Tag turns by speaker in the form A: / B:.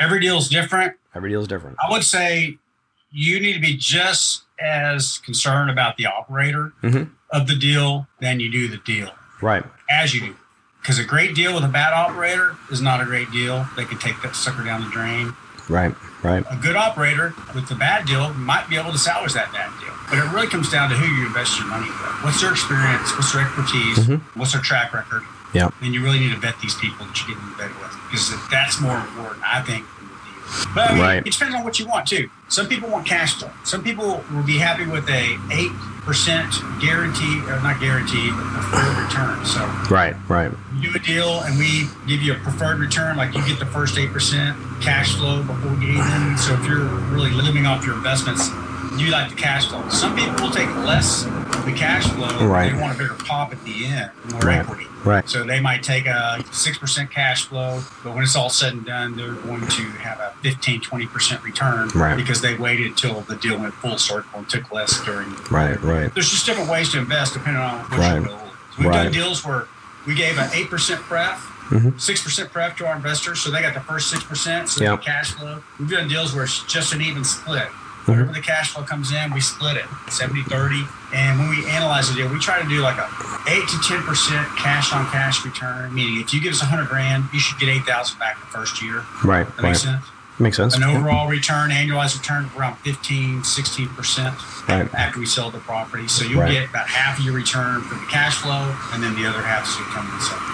A: Every deal's different.
B: Every deal's different.
A: I would say you need to be just as concerned about the operator
B: Mhm.
A: of the deal than you do the deal
B: Right.
A: as you do. Because a great deal with a bad operator is not a great deal. They could take that sucker down the drain.
B: Right. Right.
A: A good operator with the bad deal might be able to salvage that bad deal. But it really comes down to who you invest your money with. What's their experience? What's their expertise?
B: Mhm.
A: What's their track record?
B: Yeah.
A: And you really need to vet these people that you're getting in bed with because that's more important, I think. than the deal. But I mean,
B: Right.
A: it depends on what you want too. Some people want cash flow. Some people will be happy with a eight percent guarantee, or not guarantee, but preferred return. So
B: Right. Right.
A: you do a deal and we give you a preferred return, like you get the first 8% cash flow before we get anything. So if you're really living off your investments, you like the cash flow. Some people will take less of the cash flow.
B: Right.
A: They want a bigger pop at the end, more
B: Right.
A: equity.
B: Right.
A: So they might take a 6% cash flow, but when it's all said and done, they're going to have a 15, 20% return
B: Right.
A: because they waited until the deal went full circle and took less during
B: Right. Right.
A: there's just different ways to invest depending on what
B: Right.
A: your goal is. We've
B: Right.
A: done deals where we gave an eight percent pref,
B: Mhm.
A: six percent pref to our investors, so they got the first six percent, so
B: Yep.
A: the cash flow. We've done deals where it's just an even split.
B: Mm-hmm.
A: Whenever the cash flow comes in, we split it 70 30. And when we analyze the deal, we try to do like a 8 to 10% cash on cash return, meaning if you give us 100 grand, you should get 8,000 back the first year.
B: Right.
A: That
B: Right.
A: makes sense
B: Makes sense.
A: an overall return, annualized return of around 15, 16%
B: Right.
A: after we sell the property. So you'll
B: Right.
A: get about half of your return from the cash flow, and then the other half should come in.